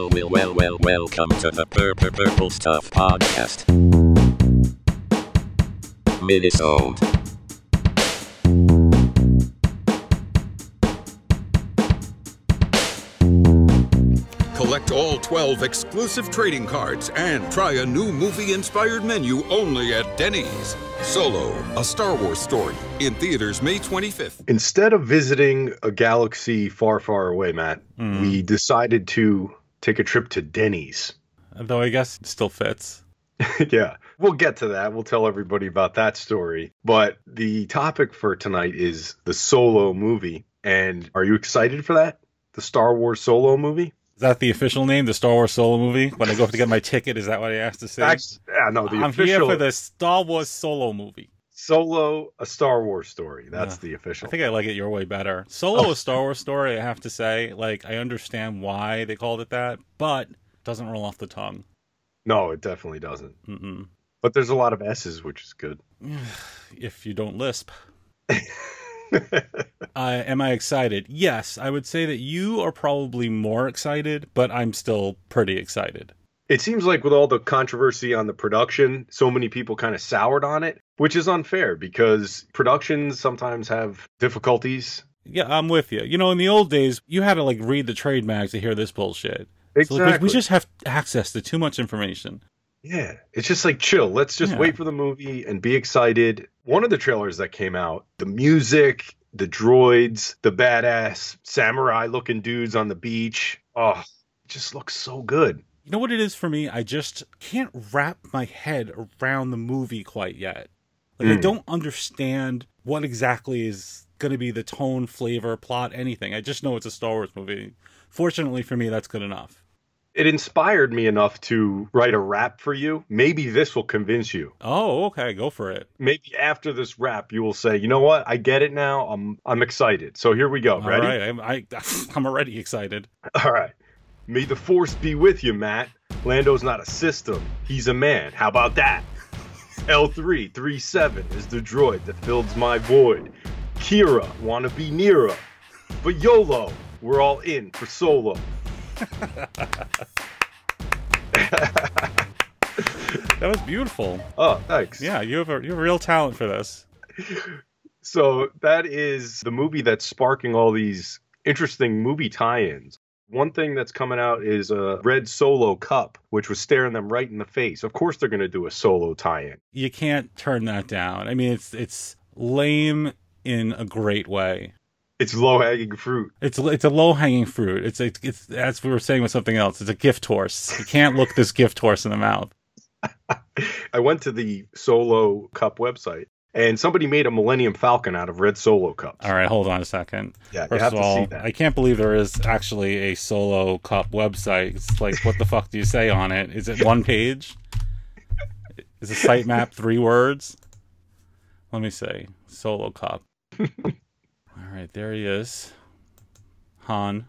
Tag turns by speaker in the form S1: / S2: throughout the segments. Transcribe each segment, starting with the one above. S1: well, welcome to the Purple Purple Stuff Podcast. Minnesota.
S2: Collect all 12 exclusive trading cards and try a new movie inspired menu only at Denny's. Solo, a Star Wars story, in theaters May 25th.
S3: instead of visiting a galaxy far, far away, Matt,
S4: Hmm.
S3: we decided to take a trip to Denny's.
S4: Though I guess it still fits.
S3: yeah, we'll get to that. We'll tell everybody about that story. But the topic for tonight is the solo movie. And are you excited for that? The Star Wars solo movie?
S4: Is that the official name, the Star Wars solo movie? When I go to get my ticket, is that what I asked to say?
S3: Act- yeah, no, the
S4: I'm here
S3: official
S4: for the Star Wars solo movie.
S3: solo, a Star Wars story. That's
S4: Yeah.
S3: the official.
S4: I think I like it your way better. Solo a Star Wars story, I have to say. Like, I understand why they called it that, but it doesn't roll off the tongue.
S3: no, it definitely doesn't.
S4: Mm-mm.
S3: But there's a lot of S's, which is good.
S4: If you don't lisp. Uh, am I excited? Yes, I would say that you are probably more excited, but I'm still pretty excited.
S3: It seems like with all the controversy on the production, so many people kind of soured on it, which is unfair because productions sometimes have difficulties.
S4: Yeah, I'm with you. You know, in the old days, you had to like read the trade mags to hear this bullshit. So, like, we-
S3: Exactly.
S4: we just have access to too much information.
S3: Yeah, it's just like chill. Let's just
S4: Yeah.
S3: wait for the movie and be excited. One of the trailers that came out, the music, the droids, the badass samurai looking dudes on the beach. Oh, it just looks so good.
S4: You know what it is for me? I just can't wrap my head around the movie quite yet. Like, I
S3: Mm.
S4: don't understand what exactly is going to be the tone, flavor, plot, anything. I just know it's a Star Wars movie. Fortunately for me, that's good enough.
S3: It inspired me enough to write a rap for you. Maybe this will convince you.
S4: Oh, okay, go for it.
S3: maybe after this wrap you will say you know what i get it now i'm i'm excited so here we go
S4: All
S3: ready
S4: right, I'm, I, I'm already excited.
S3: all right may the force be with you matt lando's not a system he's a man how about that l337 is the droid that fills my void kira wanna be nira but yolo we're all in for solo
S4: That was beautiful.
S3: oh thanks
S4: Yeah, you have a you have real talent for this.
S3: So that is the movie that's sparking all these interesting movie tie-ins. One thing that's coming out is a red solo cup, which was staring them right in the face. Of course they're going to do a solo tie-in.
S4: You can't turn that down. I mean, it's it's lame in a great way.
S3: It's low-hanging fruit.
S4: It's it's a low hanging fruit. It's, it's it's as we were saying with something else. It's a gift horse. You can't look this gift horse in the mouth.
S3: I went to the Solo Cup website and somebody made a Millennium Falcon out of red solo cups.
S4: All right, hold on a second.
S3: Yeah, you
S4: First
S3: have
S4: of
S3: to see
S4: all,
S3: that.
S4: I can't believe there is actually a solo cup website. It's like, what the fuck do you say on it? Is it one page? Is the sitemap three words? Let me see. Solo cup. all right, there he is. Han.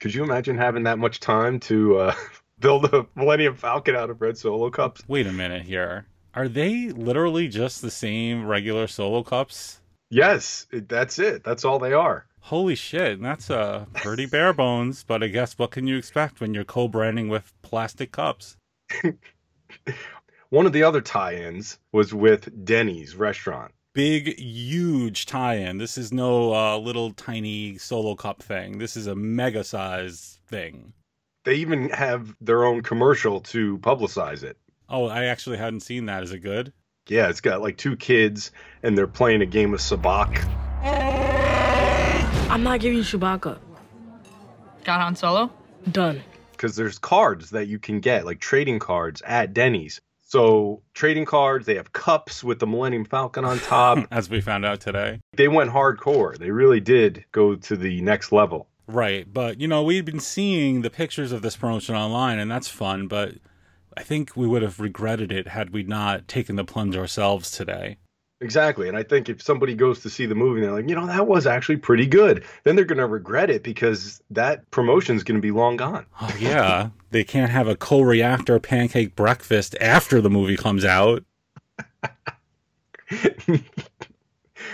S3: Could you imagine having that much time to uh, build a Millennium Falcon out of red solo cups?
S4: Wait a minute here. Are they literally just the same regular solo cups?
S3: Yes, it- that's it. That's all they are.
S4: Holy shit, that's uh, pretty bare bones, but I guess what can you expect when you're co branding with plastic cups?
S3: One of the other tie-ins was with Denny's restaurant.
S4: Big, huge tie in. This is no uh, little tiny solo cup thing. This is a mega size thing.
S3: They even have their own commercial to publicize it.
S4: Oh, I actually hadn't seen that. Is it good?
S3: Yeah, it's got like two kids and they're playing a game of sabacc.
S5: I'm not giving you Chewbacca.
S6: Got Han Solo?
S5: Done.
S3: because there's cards that you can get, like trading cards at Denny's. So trading cards, they have cups with the Millennium Falcon on top.
S4: As we found out today.
S3: they went hardcore. They really did go to the next level.
S4: Right, but you know, we'd been seeing the pictures of this promotion online, and that's fun, but I think we would have regretted it had we not taken the plunge ourselves today.
S3: Exactly. And I think if somebody goes to see the movie and they're like, you know, that was actually pretty good, then they're going to regret it because that promotion's going to be long gone.
S4: Oh yeah, they can't have a co-reactor pancake breakfast after the movie comes out.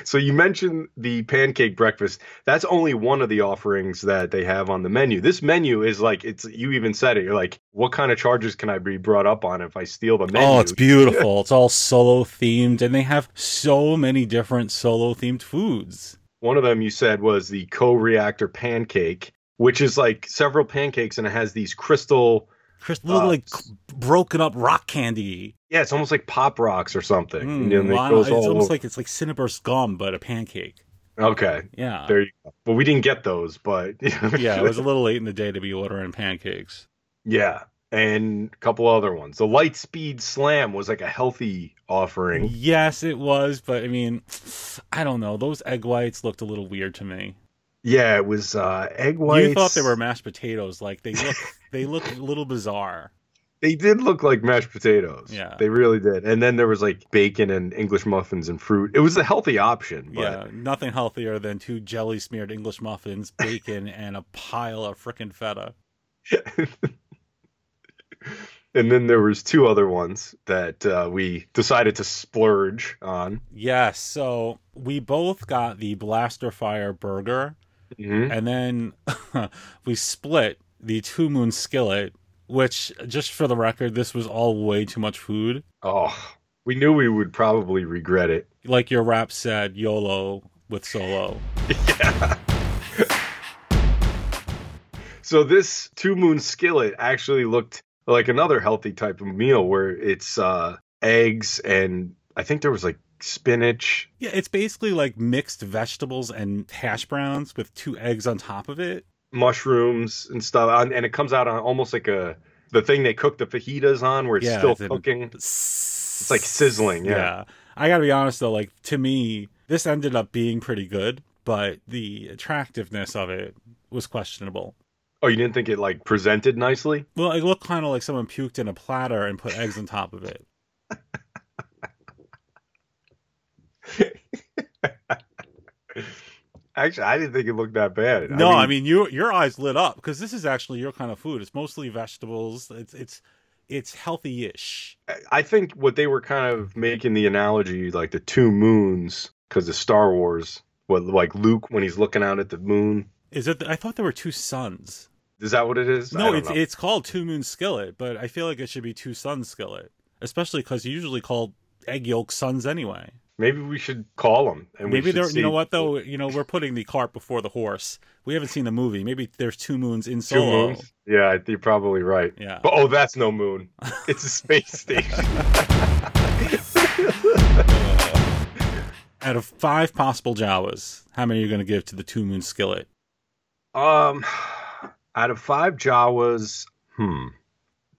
S3: So you mentioned the pancake breakfast. That's only one of the offerings that they have on the menu. This menu is like it's you even said it. You're like, what kind of charges can I be brought up on if I steal the menu?
S4: Oh, it's beautiful. it's all solo themed, and they have so many different solo themed foods.
S3: One of them you said was the co-reactor pancake, which is like several pancakes and it has these crystal
S4: Chris, little
S3: Uh,
S4: like broken up rock candy.
S3: yeah, it's almost like pop rocks or something.
S4: Mm,
S3: and then it
S4: wow,
S3: goes
S4: it's
S3: all
S4: almost
S3: over.
S4: like it's like Cinnaburst gum, but a pancake.
S3: okay.
S4: Yeah,
S3: There you go. Well, we didn't get those, but
S4: yeah. It was a little late in the day to be ordering pancakes.
S3: Yeah, and a couple other ones. The light speed slam was like a healthy offering.
S4: Yes, it was, but I mean, I don't know. Those egg whites looked a little weird to me.
S3: Yeah, it was uh, egg whites.
S4: You thought they were mashed potatoes. Like they look, they look a little bizarre.
S3: They did look like mashed potatoes.
S4: Yeah.
S3: they really did. And then there was like bacon and English muffins and fruit. It was a healthy option, but
S4: yeah, nothing healthier than two jelly smeared English muffins, bacon, and a pile of frickin' feta.
S3: and then there was two other ones that uh, we decided to splurge on.
S4: Yes, so we both got the Blaster Fire burger,
S3: Mhm.
S4: and then we split the Two Moon skillet. Which, just for the record, this was all way too much food.
S3: Oh, we knew we would probably regret it.
S4: Like your rap said, YOLO with solo.
S3: So this two moon skillet actually looked like another healthy type of meal where it's uh eggs and I think there was like spinach.
S4: Yeah, it's basically like mixed vegetables and hash browns with two eggs on top of it.
S3: mushrooms and stuff on, and it comes out on almost like a the thing they cook the fajitas on where it's
S4: Yeah,
S3: still
S4: it's in-
S3: cooking
S4: It's
S3: like sizzling, yeah.
S4: I gotta be honest though, like to me, this ended up being pretty good, but the attractiveness of it was questionable.
S3: oh you didn't think it like presented nicely
S4: Well, it looked kind of like someone puked in a platter and put eggs on top of it.
S3: actually i didn't think it looked that bad
S4: No, I mean, you your eyes lit up because this is actually your kind of food. It's mostly vegetables. It's it's it's healthy-ish.
S3: i think what they were kind of making the analogy like the two moons because of star wars what like luke when he's looking out at the moon
S4: Is it? I thought there were two suns.
S3: is that what it is I
S4: No,
S3: don't
S4: it's
S3: know.
S4: it's called Two Moon Skillet, but I feel like it should be Two Sun Skillet, especially because you usually call egg yolk suns anyway.
S3: maybe we should call him and we
S4: Maybe
S3: should
S4: there.
S3: see-
S4: You know what though? You know we're putting the cart before the horse. We haven't seen the movie. Maybe there's two moons in
S3: two
S4: Solo.
S3: moons yeah I- you're probably right
S4: Oh. Yeah.
S3: but oh that's no moon it's a space station
S4: Out of five possible Jawas, how many are you going to give to the Two Moon Skillet?
S3: Um, out of five Jawas, hmm.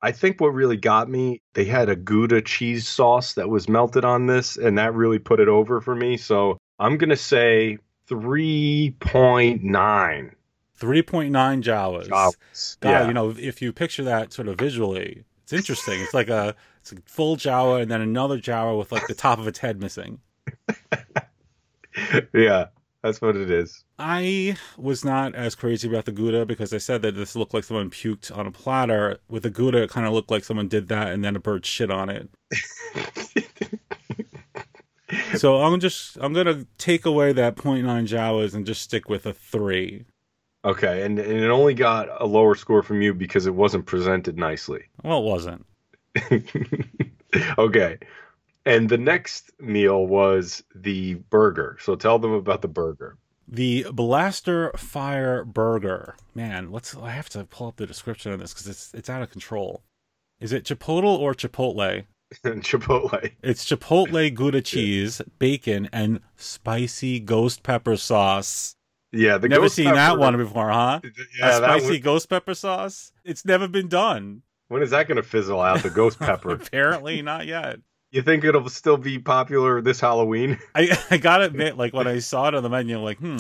S3: I think what really got me, they had a Gouda cheese sauce that was melted on this, and that really put it over for me. So I'm gonna say 3.9
S4: Three point nine Jawas.
S3: Jawas.
S4: God, you know if you picture that sort of visually, it's interesting. it's like a it's a full Jawa and then another Jawa with like the top of its head missing.
S3: yeah, that's what it is.
S4: I was not as crazy about the Gouda because I said that this looked like someone puked on a platter. With the Gouda, it kind of looked like someone did that and then a bird shit on it. so I'm just I'm gonna take away that 0.9 Jawas and just stick with a three.
S3: Okay, and, and it only got a lower score from you because it wasn't presented nicely.
S4: Well, it wasn't.
S3: okay. And the next meal was the burger. So tell them about the burger.
S4: The Blaster Fire Burger. Man, let's I have to pull up the description of this because it's it's out of control. Is it Chipotle or Chipotle?
S3: Chipotle.
S4: It's chipotle gouda cheese, bacon, and spicy ghost pepper sauce.
S3: Yeah, the
S4: never
S3: ghost
S4: seen
S3: pepper-
S4: that one before, huh?
S3: Yeah,
S4: a
S3: that
S4: spicy
S3: one-
S4: ghost pepper sauce? It's never been done.
S3: when is that going to fizzle out? The ghost pepper.
S4: Apparently not yet.
S3: you think it'll still be popular this Halloween?
S4: I, I gotta admit, like when I saw it on the menu, I'm like, hmm,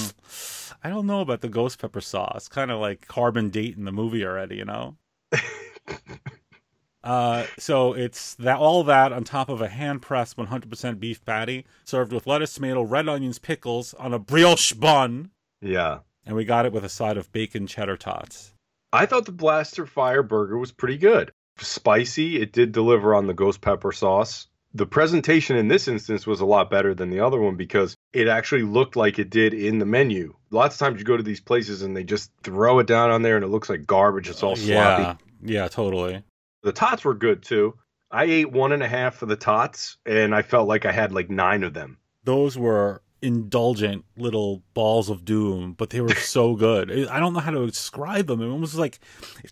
S4: I don't know about the ghost pepper sauce. Kind of like carbon date in the movie already, you know? uh, so it's that all that on top of a hand pressed 100% beef patty served with lettuce, tomato, red onions, pickles on a brioche bun.
S3: Yeah,
S4: And we got it with a side of bacon cheddar tots.
S3: I thought the Blaster Fire Burger was pretty good. Spicy. It did deliver on the ghost pepper sauce. The presentation in this instance was a lot better than the other one because it actually looked like it did in the menu. Lots of times you go to these places and they just throw it down on there and it looks like garbage. It's all sloppy.
S4: Yeah, yeah, totally.
S3: The tots were good too. I ate one and a half of the tots and I felt like I had like nine of them.
S4: Those were indulgent little balls of doom, but they were so good. I don't know how to describe them. It was like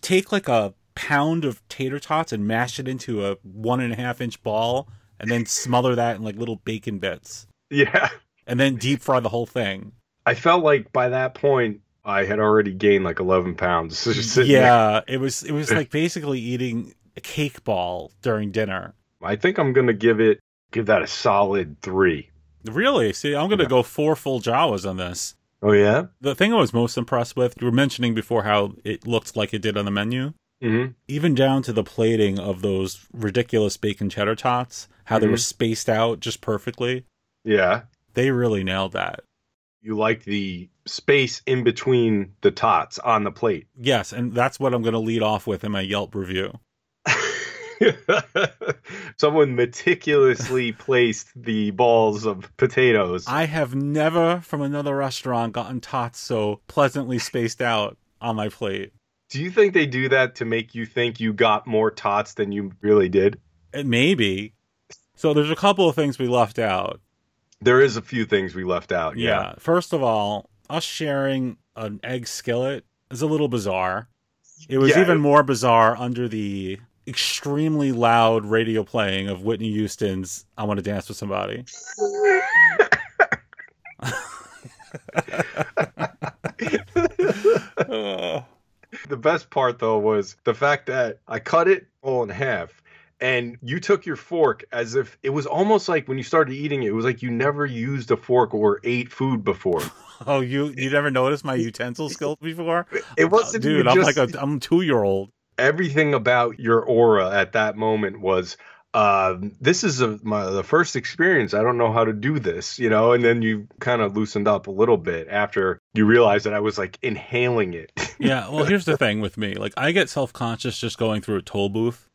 S4: take like a pound of tater tots and mash it into a one and a half inch ball, and then smother that in like little bacon bits,
S3: Yeah.
S4: and then deep fry the whole thing.
S3: I felt like by that point I had already gained like 11 pounds. Just sitting there.
S4: Yeah, it was it was like basically eating a cake ball during dinner.
S3: I think I'm going to give it, give that a solid three.
S4: Really? See, I'm gonna
S3: Yeah.
S4: go four full Jawas on this.
S3: Oh, yeah?
S4: The thing I was most impressed with, you were mentioning before how it looked like it did on the menu.
S3: Mm hmm.
S4: even down to the plating of those ridiculous bacon cheddar tots, how they were spaced out just perfectly.
S3: Yeah.
S4: They really nailed that.
S3: You like the space in between the tots on the plate.
S4: Yes, and that's what I'm going to lead off with in my Yelp review.
S3: Someone meticulously placed the balls of potatoes.
S4: I have never from another restaurant gotten tots so pleasantly spaced out on my plate.
S3: Do you think they do that to make you think you got more tots than you really did?
S4: It may be. So there's a couple of things we left out.
S3: There is a few things we left out. Yeah.
S4: yeah. First of all, us sharing an egg skillet is a little bizarre. It was
S3: Yeah,
S4: even
S3: it-
S4: more bizarre under the extremely loud radio playing of Whitney Houston's I Want to Dance with Somebody.
S3: The best part though was the fact that I cut it all in half and you took your fork as if it was almost like when you started eating it, it was like you never used a fork or ate food before.
S4: Oh, you you never noticed my utensil skill before?
S3: It wasn't
S4: Dude,
S3: even
S4: I'm
S3: just-
S4: like a I'm 2-year-old.
S3: everything about your aura at that moment was uh, this is a, my, the first experience. I don't know how to do this, you know. And then you kind of loosened up a little bit after you realized that I was like inhaling it.
S4: yeah well here's the thing with me like i get self-conscious just going through a toll booth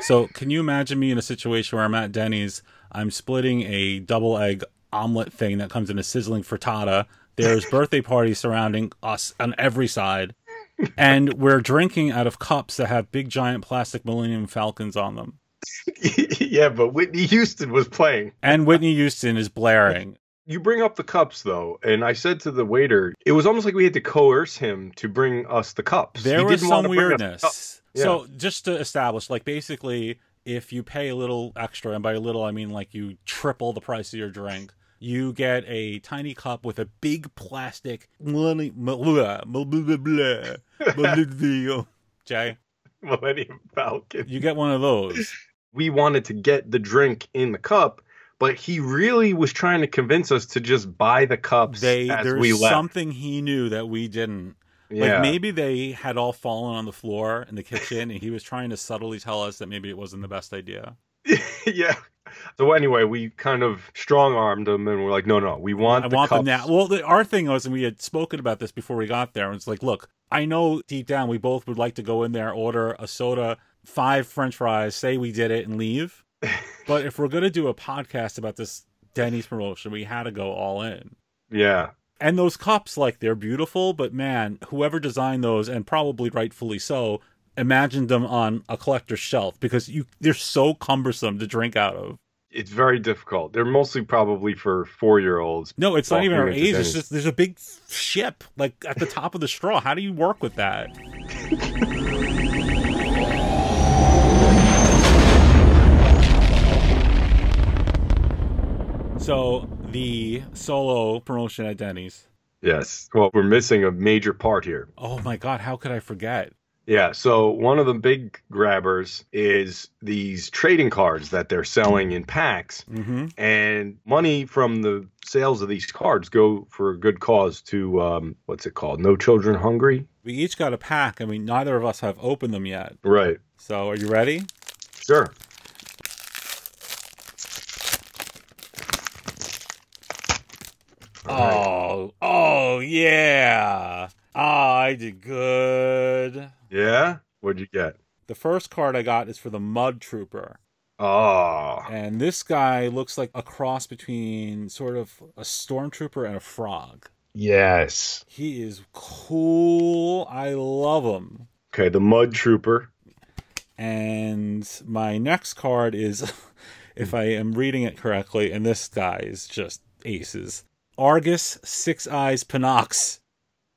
S4: so can you imagine me in a situation where i'm at denny's i'm splitting a double egg omelet thing that comes in a sizzling frittata there's birthday parties surrounding us on every side and we're drinking out of cups that have big giant plastic millennium falcons on them
S3: yeah, but Whitney Houston was playing.
S4: and whitney houston is blaring
S3: You bring up the cups though, and I said to the waiter, it was almost like we had to coerce him to bring us the cups.
S4: There
S3: He
S4: was
S3: didn't want
S4: some
S3: to bring us the cups.
S4: weirdness. So just to establish, like basically, if you pay a little extra, and by a little I mean like you triple the price of your drink, you get a tiny cup with a big plastic. Jay,
S3: Millennium Falcon.
S4: you get one of those.
S3: we wanted to get the drink in the cup, but he really was trying to convince us to just buy the cups
S4: They
S3: as
S4: there's
S3: we left.
S4: something he knew that we didn't.
S3: Yeah.
S4: Like maybe they had all fallen on the floor in the kitchen, and he was trying to subtly tell us that maybe it wasn't the best idea.
S3: yeah. So anyway, we kind of strong armed him, and we're like, no, no, we want.
S4: I
S3: the
S4: want
S3: cups.
S4: them now. Well, the, our thing was, and we had spoken about this before we got there. And it's like, look, I know deep down we both would like to go in there, order a soda, five French fries, say we did it, and leave. but if we're gonna do a podcast about this Denny's promotion, we had to go all in.
S3: Yeah.
S4: And those cups, like they're beautiful, but man, whoever designed those, and probably rightfully so, imagined them on a collector's shelf because you they're so cumbersome to drink out of.
S3: It's very difficult. They're mostly probably for four year olds.
S4: No, it's not
S3: Well,
S4: even our
S3: you're
S4: age. It's
S3: entertaining.
S4: just there's a big ship like at the top of the straw. How do you work with that? so the solo promotion at Denny's.
S3: Yes. Well, we're missing a major part here.
S4: Oh my god, how could I forget?
S3: Yeah. So one of the big grabbers is these trading cards that they're selling in packs.
S4: Mm-hmm.
S3: and money from the sales of these cards go for a good cause to um, what's it called? No children hungry.
S4: We each got a pack. I mean, neither of us have opened them yet.
S3: Right.
S4: So are you ready?
S3: Sure.
S4: Oh, oh yeah. Ah, I did good.
S3: Yeah. What'd you get?
S4: The first card I got is for the Mud Trooper.
S3: Oh,
S4: And this guy looks like a cross between sort of a stormtrooper and a frog.
S3: yes.
S4: He is cool. I love him.
S3: Okay, the Mud Trooper.
S4: And my next card is, if I am reading it correctly, and this guy is just aces Argus Six Eyes Panox.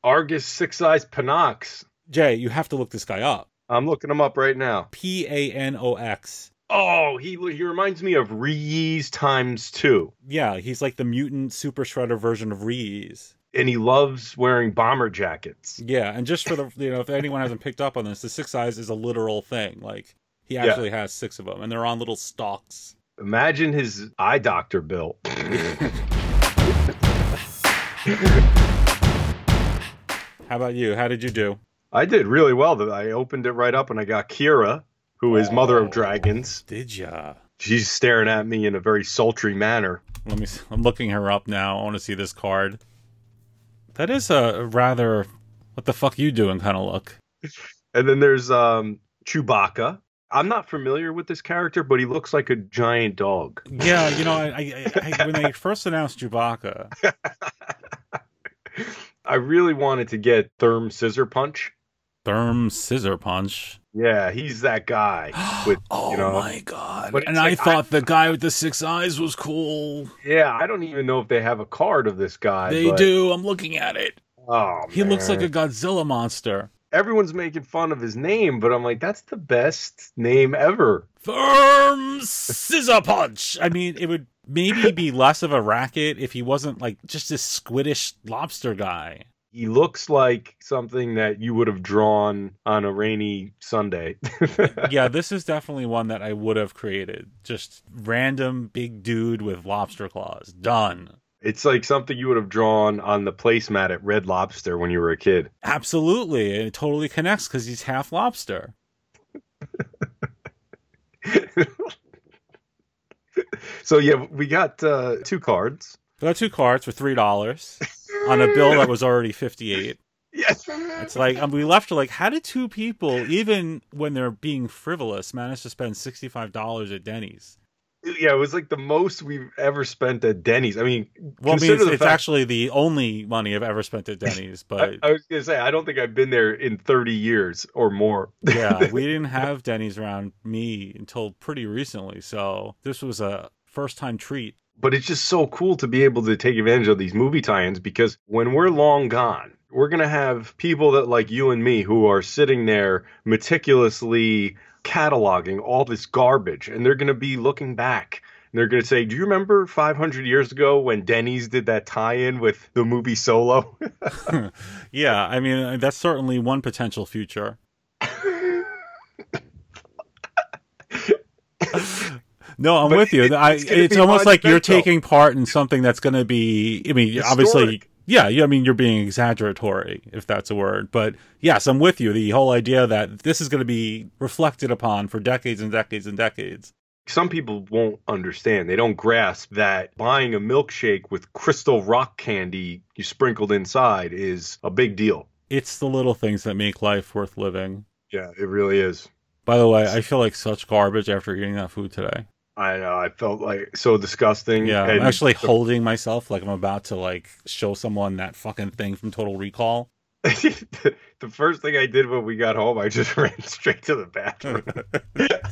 S3: Argus Six Eyes Panox.
S4: Jay, you have to look this guy up.
S3: I'm looking him up right now.
S4: P A N O X.
S3: Oh, he he reminds me of Reese times two,
S4: Yeah, he's like the mutant super shredder version of Reese.
S3: and he loves wearing bomber jackets.
S4: Yeah, and just for the you know, if anyone hasn't picked up on this, the six eyes is a literal thing. Like he
S3: Yeah.
S4: actually has six of them, and they're on little stalks.
S3: Imagine his eye doctor bill.
S4: How about you? How did you do?
S3: I did really well. That I opened it right up, and I got Kira, who is Mother
S4: Oh.
S3: of Dragons.
S4: Did ya?
S3: She's staring at me in a very sultry manner.
S4: Let me. s- I'm looking her up now. I want to see this card. That is a rather what the fuck you doing kind of look.
S3: And then there's um, Chewbacca. I'm not familiar with this character, but he looks like a giant dog.
S4: Yeah, you know, I, I, I, I when they first announced Chewbacca,
S3: I really wanted to get Therm Scissor Punch.
S4: Therm Scissor Punch.
S3: Yeah, he's that guy with
S4: oh
S3: you know.
S4: my god!
S3: But
S4: And
S3: it's
S4: I
S3: like, I-
S4: thought the guy with the six eyes was cool.
S3: Yeah, I don't even know if they have a card of this guy.
S4: They
S3: but-
S4: do. I'm looking at it.
S3: Oh,
S4: He looks like
S3: man.
S4: a Godzilla monster.
S3: Everyone's making fun of his name, but I'm like, that's the best name ever.
S4: Firm scissor punch. I mean, it would maybe be less of a racket if he wasn't like just this squiddish lobster guy.
S3: He looks like something that you would have drawn on a rainy Sunday.
S4: Yeah, this is definitely one that I would have created. Just random big dude with lobster claws. Done.
S3: it's like something you would have drawn on the placemat at Red Lobster when you were a kid.
S4: Absolutely. and It totally connects because he's half lobster.
S3: So yeah, we got uh, two cards.
S4: We got two cards for three dollars on a bill that was already fifty-eight.
S3: Yes.
S4: It's like um, we left her like, how did two people, even when they're being frivolous, manage to spend sixty-five dollars at Denny's?
S3: Yeah, it was like the most we've ever spent at Denny's. I mean,
S4: Well, I mean,
S3: Consider
S4: it's,
S3: the
S4: it's
S3: fact-
S4: actually the only money I've ever spent at Denny's,
S3: I,
S4: but
S3: I was gonna say I don't think I've been there in 30 years or more.
S4: yeah, we didn't have Denny's around me until pretty recently, so this was a first-time treat.
S3: But it's just so cool to be able to take advantage of these movie tie-ins because when we're long gone, we're gonna have people that like you and me who are sitting there meticulously cataloging all this garbage, and they're gonna be looking back. And they're gonna say, "Do you remember 500 years ago when Denny's did that tie-in with the movie Solo?"
S4: Yeah, I mean, uh, that's certainly one potential future. No, I'm
S3: But
S4: with you.
S3: it-
S4: I,
S3: it's
S4: it's
S3: gonna be
S4: almost like you're
S3: monumental.
S4: taking part in something that's going to be. I mean, obviously,
S3: Historic.
S4: yeah. You, I mean, you're being exaggeratory, if that's a word. But yes, I'm with you. The whole idea that this is going to be reflected upon for decades and decades and decades.
S3: some people won't understand. They don't grasp that buying a milkshake with crystal rock candy you sprinkled inside is a big deal.
S4: It's the little things that make life worth living.
S3: Yeah, it really is.
S4: By the way, I feel like such garbage after eating that food today.
S3: I know. I felt like so disgusting.
S4: Yeah, I'm
S3: And
S4: actually
S3: the-
S4: holding myself like I'm about to like show someone that fucking thing from Total Recall.
S3: the, first thing I did when we got home, I just ran straight to the bathroom.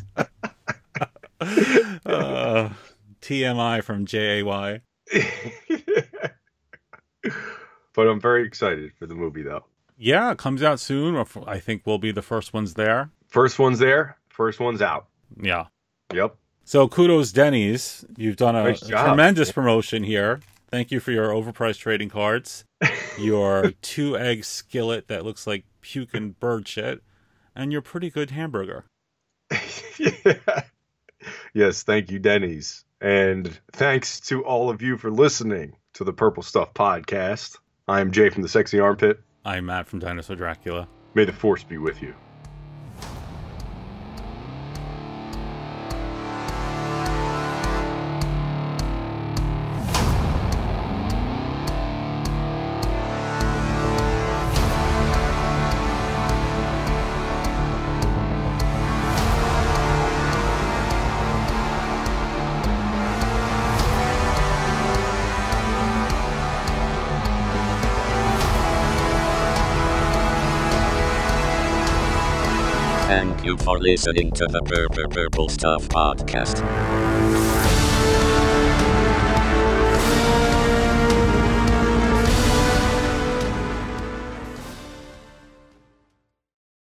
S4: Uh, TMI from JAY.
S3: but I'm very excited for the movie, though.
S4: Yeah, it comes out soon. Or f- I think we'll be the first ones there.
S3: First one's there. First one's out.
S4: Yeah.
S3: Yep.
S4: So kudos, Denny's. You've done a,
S3: Nice
S4: a
S3: job.
S4: tremendous promotion here. Thank you for your overpriced trading cards, your two egg skillet that looks like puke and bird shit, and your pretty good hamburger.
S3: Yes, thank you, Denny's. And thanks to all of you for listening to the Purple Stuff Podcast. I am Jay from the Sexy Armpit.
S4: I'm Matt from Dinosaur Dracula.
S3: May the force be with you.
S1: Thank you for listening to the Purple Stuff Podcast.